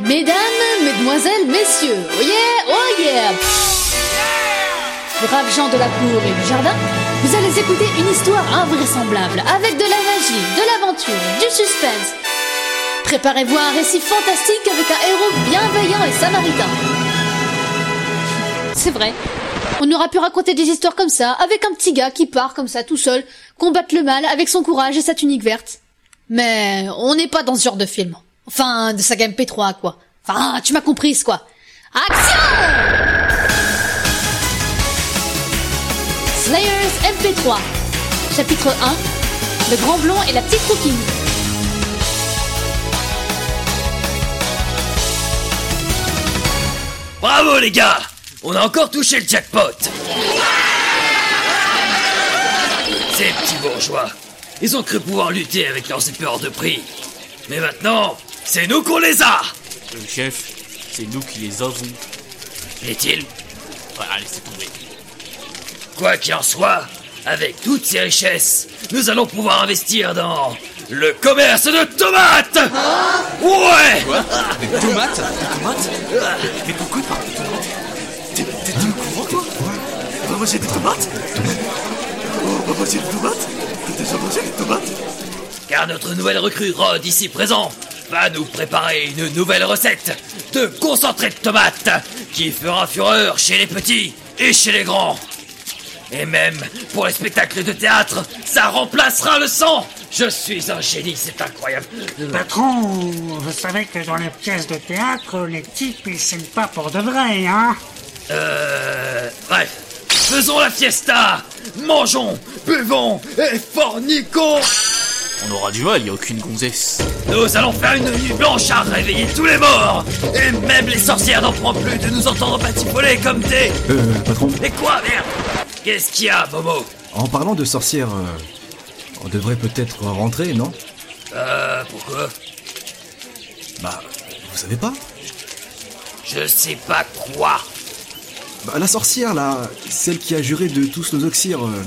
Mesdames, mesdemoiselles, messieurs, oh yeah, oh yeah Braves gens de la cour et du jardin, vous allez écouter une histoire invraisemblable avec de la magie, de l'aventure, du suspense. Préparez-vous à un récit fantastique avec un héros bienveillant et samaritain. C'est vrai, on aura pu raconter des histoires comme ça, avec un petit gars qui part comme ça tout seul, combattre le mal avec son courage et sa tunique verte. Mais on n'est pas dans ce genre de film. Enfin, de saga MP3, quoi. Enfin, tu m'as comprise, quoi. Action Slayers MP3 Chapitre 1 Le grand blond et la petite coquine Bravo les gars On a encore touché le jackpot Ces petits bourgeois, ils ont cru pouvoir lutter avec leurs épées hors de prix. Mais maintenant, c'est nous qu'on les a Euh, chef, c'est nous qui les avons. Est-il Ouais, allez, c'est tombé. Quoi qu'il en soit, avec toutes ces richesses, nous allons pouvoir investir dans le commerce de tomates Ouais Tomate Tomate Mais pourquoi tu parles de tomate T'es t'es au courant, toi On va manger des tomates On va manger des tomates T'as déjà mangé des tomates Car notre nouvelle recrue Rod, ici présent, va nous préparer une nouvelle recette de concentré de tomates qui fera fureur chez les petits et chez les grands. Et même pour les spectacles de théâtre, ça remplacera le sang. Je suis un génie, c'est incroyable. Patron, vous savez que dans les pièces de théâtre, les types, ils s'aiment pas pour de vrai, hein Euh... Bref, faisons la fiesta. Mangeons, buvons et forniquons. On aura du mal, y a aucune gonzesse. Nous allons faire une nuit blanche à réveiller tous les morts Et même les sorcières n'en prend plus de nous entendre patipoler comme des... Euh, patron, Mais quoi, merde Qu'est-ce qu'il y a, Momo en parlant de sorcière, euh, on devrait peut-être rentrer, non Euh, pourquoi Bah, vous savez pas Je sais pas quoi. Bah, la sorcière, là, celle qui a juré de tous nos oxyres. euh,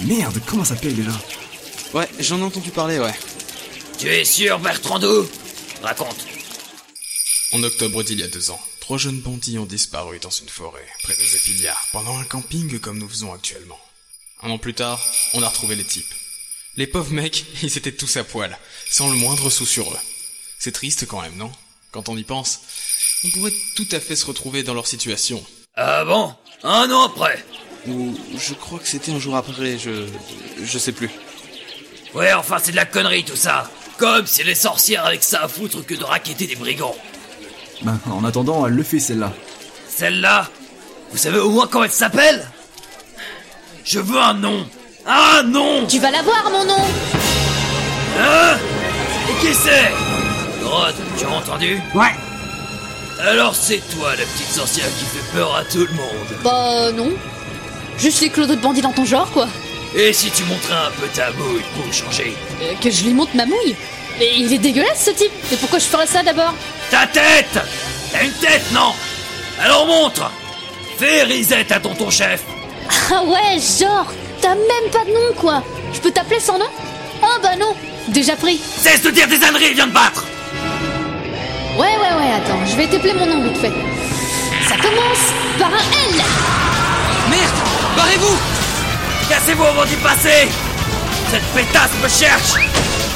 Merde, comment ça s'appelle déjà Ouais, j'en ai entendu parler, ouais. Tu es sûr, Bertrando Raconte. En octobre d'il y a deux ans, trois jeunes bandits ont disparu dans une forêt, près de Zephilia, pendant un camping comme nous faisons actuellement. Un an plus tard, on a retrouvé les types. Les pauvres mecs, ils étaient tous à poil, sans le moindre sou sur eux. C'est triste quand même, non Quand on y pense, on pourrait tout à fait se retrouver dans leur situation. Ah bon Un an après Ou je crois que c'était un jour après, je... je sais plus. Ouais, enfin, c'est de la connerie, tout ça. Comme si les sorcières avec ça à foutre que de raqueter des brigands. Bah, en attendant, elle le fait, celle-là. Celle-là Vous savez au moins comment elle s'appelle Je veux un nom Un nom Tu vas la voir, mon nom Hein Et qui c'est Rod, tu as entendu Ouais, Alors c'est toi la petite sorcière qui fait peur à tout le monde. Bah non. Juste les clodos de bandits dans ton genre, quoi. Et si tu montrais un peu ta mouille pour changer Euh, que je lui monte ma mouille. Mais il est dégueulasse, ce type. Mais pourquoi je ferais ça d'abord Ta tête T'as une tête, non Alors montre Fais risette à tonton chef Ah ouais, genre, t'as même pas de nom, quoi. Je peux t'appeler sans nom Ah bah non, déjà pris. Cesse de dire des âneries, viens de battre Ouais, ouais, ouais, attends, je vais t'appeler mon nom vite fait. Ça commence par un L Merde Barrez-vous Cassez-vous avant d'y passer Cette pétasse me cherche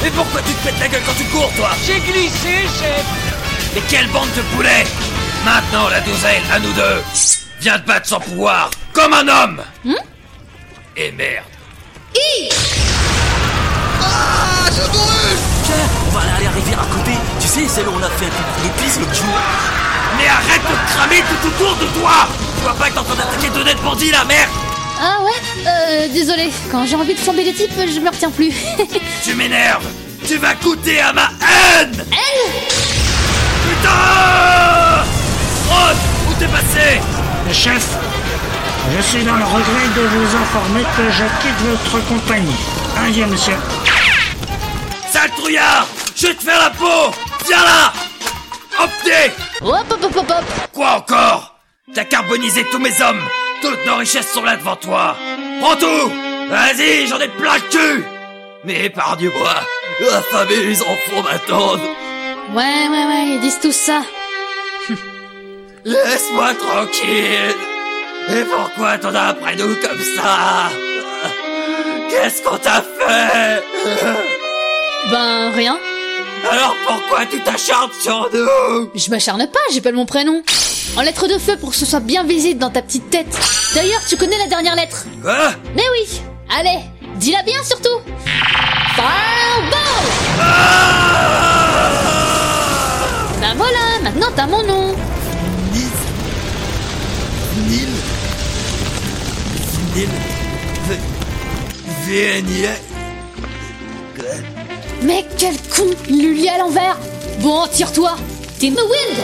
Et pourquoi tu te pètes la gueule quand tu cours, toi J'ai glissé, chef Mais quelle bande de poulets Maintenant, la douzaine, à nous deux Viens te battre sans pouvoir, comme un homme Et merde On va aller à la rivière à côté. Tu sais, celle où on a fait un coup de pisse l'autre jour. Mais arrête de te cramer tout autour de toi Tu vois pas que t'es en train d'attaquer deux nets bandits, là, merde Ah ouais Euh, désolé, quand j'ai envie de flamber les types, je me retiens plus. Tu m'énerves Tu vas coûter à ma haine Putain Rod, où t'es passé le chef, je suis dans le regret de vous informer que je quitte votre compagnie. Adieu, monsieur. Sale trouillard Je vais te faire la peau Viens là Hop t'es hop, hop, hop, hop, hop Quoi encore T'as carbonisé tous mes hommes Toutes nos richesses sont là devant toi Prends tout Vas-y, j'en ai plein le cul Mais épargne-moi La famille, ils en font m'attendre Ouais, ouais, ouais, ils disent tous ça. Laisse-moi tranquille Et pourquoi t'en as après nous comme ça Qu'est-ce qu'on t'a fait Ben, rien. Alors pourquoi tu t'acharnes sur nous Je m'acharne pas, j'appelle mon prénom. En lettres de feu pour que ce soit bien visible dans ta petite tête. D'ailleurs, tu connais la dernière lettre. Hein Mais oui Allez, dis-la bien surtout Fireball Ben voilà, maintenant t'as mon nom Nil Nil V... VNIA Mais quel con Il lui lit à l'envers Bon, tire-toi Team the Wind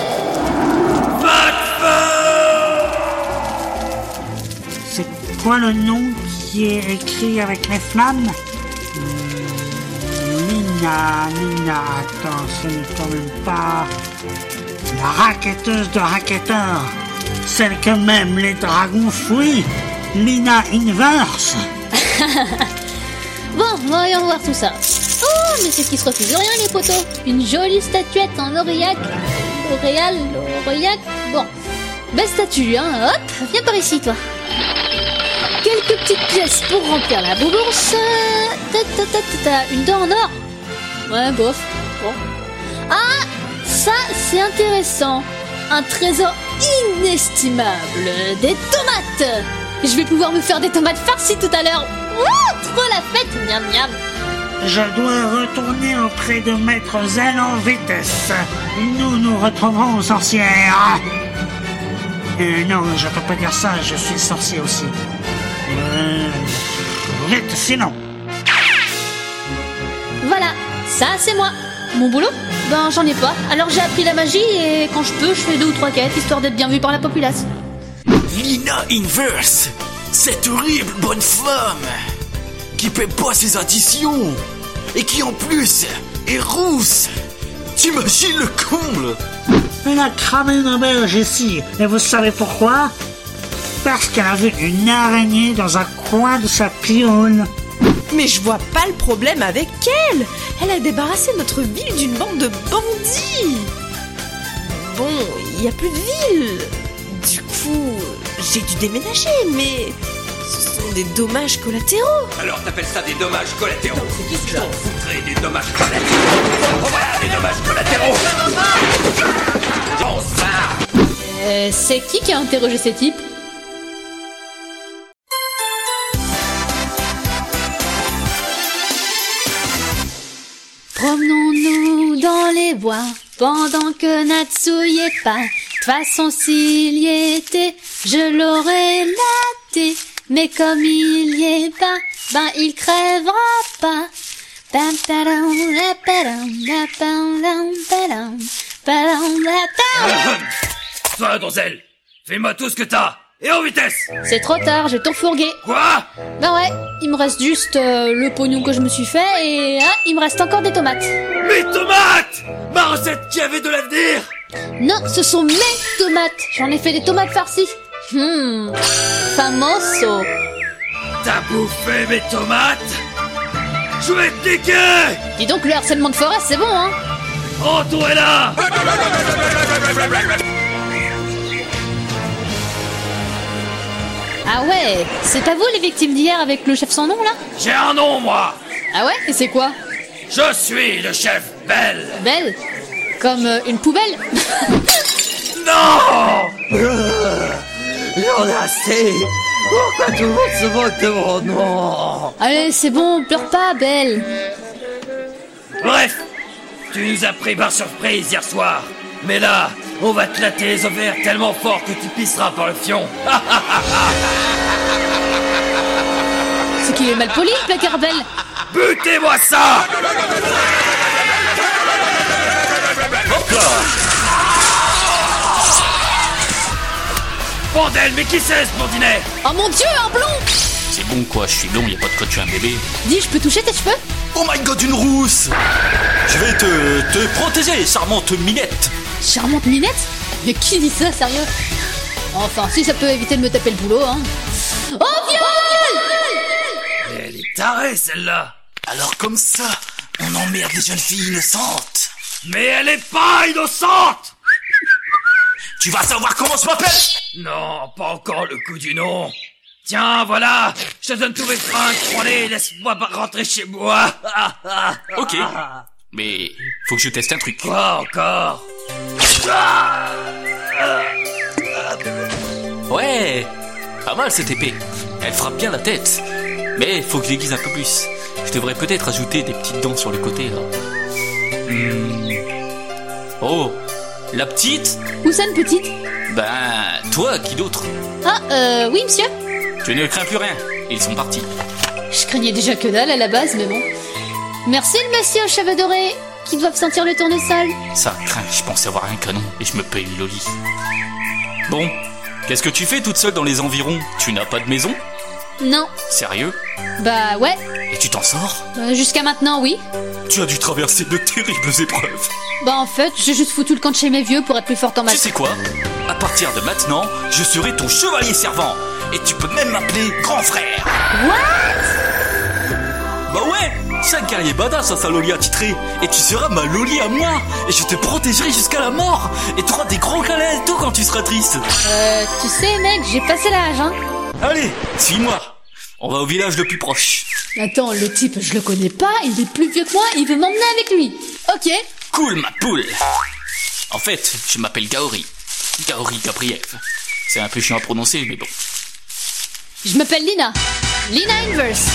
C'est quoi le nom qui est écrit avec les flammes Hmm, Nina, Nina, attends, ce n'est quand même pas... La raquetteuse de raquetteurs, celle que même les dragons fuient, Lina Inverse. Bon, voyons voir tout ça. Oh, mais c'est qui se refuse rien, les poteaux Une jolie statuette en Aurillac. L'Oréal, Aurillac. Bon, belle statue, hein. Hop, viens par ici, toi. Quelques petites pièces pour remplir la bourse. Ta, ta, ta, ta, ta. Une dent en or. Ouais, bof. Bon. Ah, ça, c'est intéressant. Un trésor inestimable. Des tomates. Je vais pouvoir me faire des tomates farcies tout à l'heure. Ouh, trop la fête, miam miam. Je dois retourner auprès de Maître Zell en vitesse. Nous nous retrouverons aux sorcières. Euh, non, je peux pas dire ça, je suis sorcier aussi. Euh, vite, sinon. Voilà, ça c'est moi. Mon boulot Ben j'en ai pas. Alors j'ai appris la magie et quand je peux, je fais deux ou trois quêtes histoire d'être bien vu par la populace. Lina Inverse Cette horrible bonne femme Qui paie pas ses additions Et qui en plus est rousse T'imagines le comble Elle a cramé une belge ici, et vous savez pourquoi Parce qu'elle avait une araignée dans un coin de sa pionne. Mais je vois pas le problème avec elle Elle a débarrassé notre ville d'une bande de bandits Bon, il y a plus de ville Du coup, j'ai dû déménager, mais ce sont des dommages collatéraux Alors t'appelles ça des dommages collatéraux Je t'en foutrais des dommages collatéraux Voilà des dommages collatéraux Dans ça Euh, c'est qui qui a interrogé ces types Promenons-nous dans les bois pendant que Natsu y est pas. De façon, s'il y était, je l'aurais laté. Mais comme il y est pas, ben il crèvera pas. Pam, padam, la, padam, la, pam, lam, padam, padam, la, pam. Toi, donzel Fais-moi tout ce que t'as Et en vitesse C'est trop tard, j'ai tout fourgué. Quoi Ben ouais, il me reste juste euh, le pognon que je me suis fait et ah, il me reste encore des tomates. Mes tomates Ma recette qui avait de l'avenir Non, ce sont mes tomates. J'en ai fait des tomates farcies. Hmm, famoso. T'as bouffé mes tomates Je vais te niquer Dis donc, le harcèlement de forêt, c'est bon, hein Entourez-la Ah ouais, c'est à vous les victimes d'hier avec le chef sans nom, là J'ai un nom, moi Ah ouais, et c'est quoi Je suis le chef Belle Belle Comme euh, une poubelle Non J'en ai assez Pourquoi tout le monde se moque de mon nom Allez, c'est bon, pleure pas, Belle. Bref, tu nous as pris par surprise hier soir. Mais là, on va te latter les ovaires tellement fort que tu pisseras par le fion. Ah, C'est qu'il est mal poli, le placard Belle. butez-moi ça Encore Bordel, mais qui c'est ce bourdinet Oh mon dieu, un blond C'est bon quoi, je suis long, y a pas de quoi tuer un bébé. Dis, je peux toucher tes cheveux Oh my god, une rousse Je vais te, te protéger, charmante minette Charmante minette Mais qui dit ça, sérieux Enfin, si ça peut éviter de me taper le boulot, hein. Oh, viol Elle est tarée celle-là Alors comme ça, on emmerde les jeunes filles innocentes Mais elle est pas innocente Tu vas savoir comment je m'appelle Non, pas encore le coup du nom. Tiens, voilà, je te donne tous mes fringues, prends-les, laisse-moi pas rentrer chez moi. Ok. Mais faut que je teste un truc. Quoi encore Ouais Pas mal cette épée. Elle frappe bien la tête. Mais faut que je l'aiguise un peu plus. Je devrais peut-être ajouter des petites dents sur le côté là. Hmm. Oh La petite Où ça, une petite Ben toi, qui d'autre Ah, euh, oui, monsieur Tu ne crains plus rien. Ils sont partis. Je craignais déjà que dalle à la base, mais bon. Merci le messie au chevet doré, qui doivent sentir le tournesol. Ça craint, je pense avoir un canon et je me paye une loli. Bon, qu'est-ce que tu fais toute seule dans les environs Tu n'as pas de maison Non. Sérieux Bah ouais, Et tu t'en sors Euh, jusqu'à maintenant, oui. Tu as dû traverser de terribles épreuves. Bah en fait, j'ai juste foutu le camp de chez mes vieux pour être plus forte en Tu maths. sais quoi À partir de maintenant, je serai ton chevalier servant. Et tu peux même m'appeler grand frère. Bah ouais C'est un guerrier badass, un salolier attitré. Et tu seras ma lolie à moi. Et je te protégerai jusqu'à la mort. Et tu auras des gros câlins et tout quand tu seras triste. Euh, tu sais, mec, j'ai passé l'âge, hein. Allez, suis-moi. On va au village le plus proche. Attends, le type, je le connais pas, il est plus vieux que moi, il veut m'emmener avec lui. Ok, Cool, ma poule En fait, je m'appelle Gaori. Gaori Gabriev. C'est un peu chiant à prononcer, mais bon. je m'appelle Lina. Lina Inverse.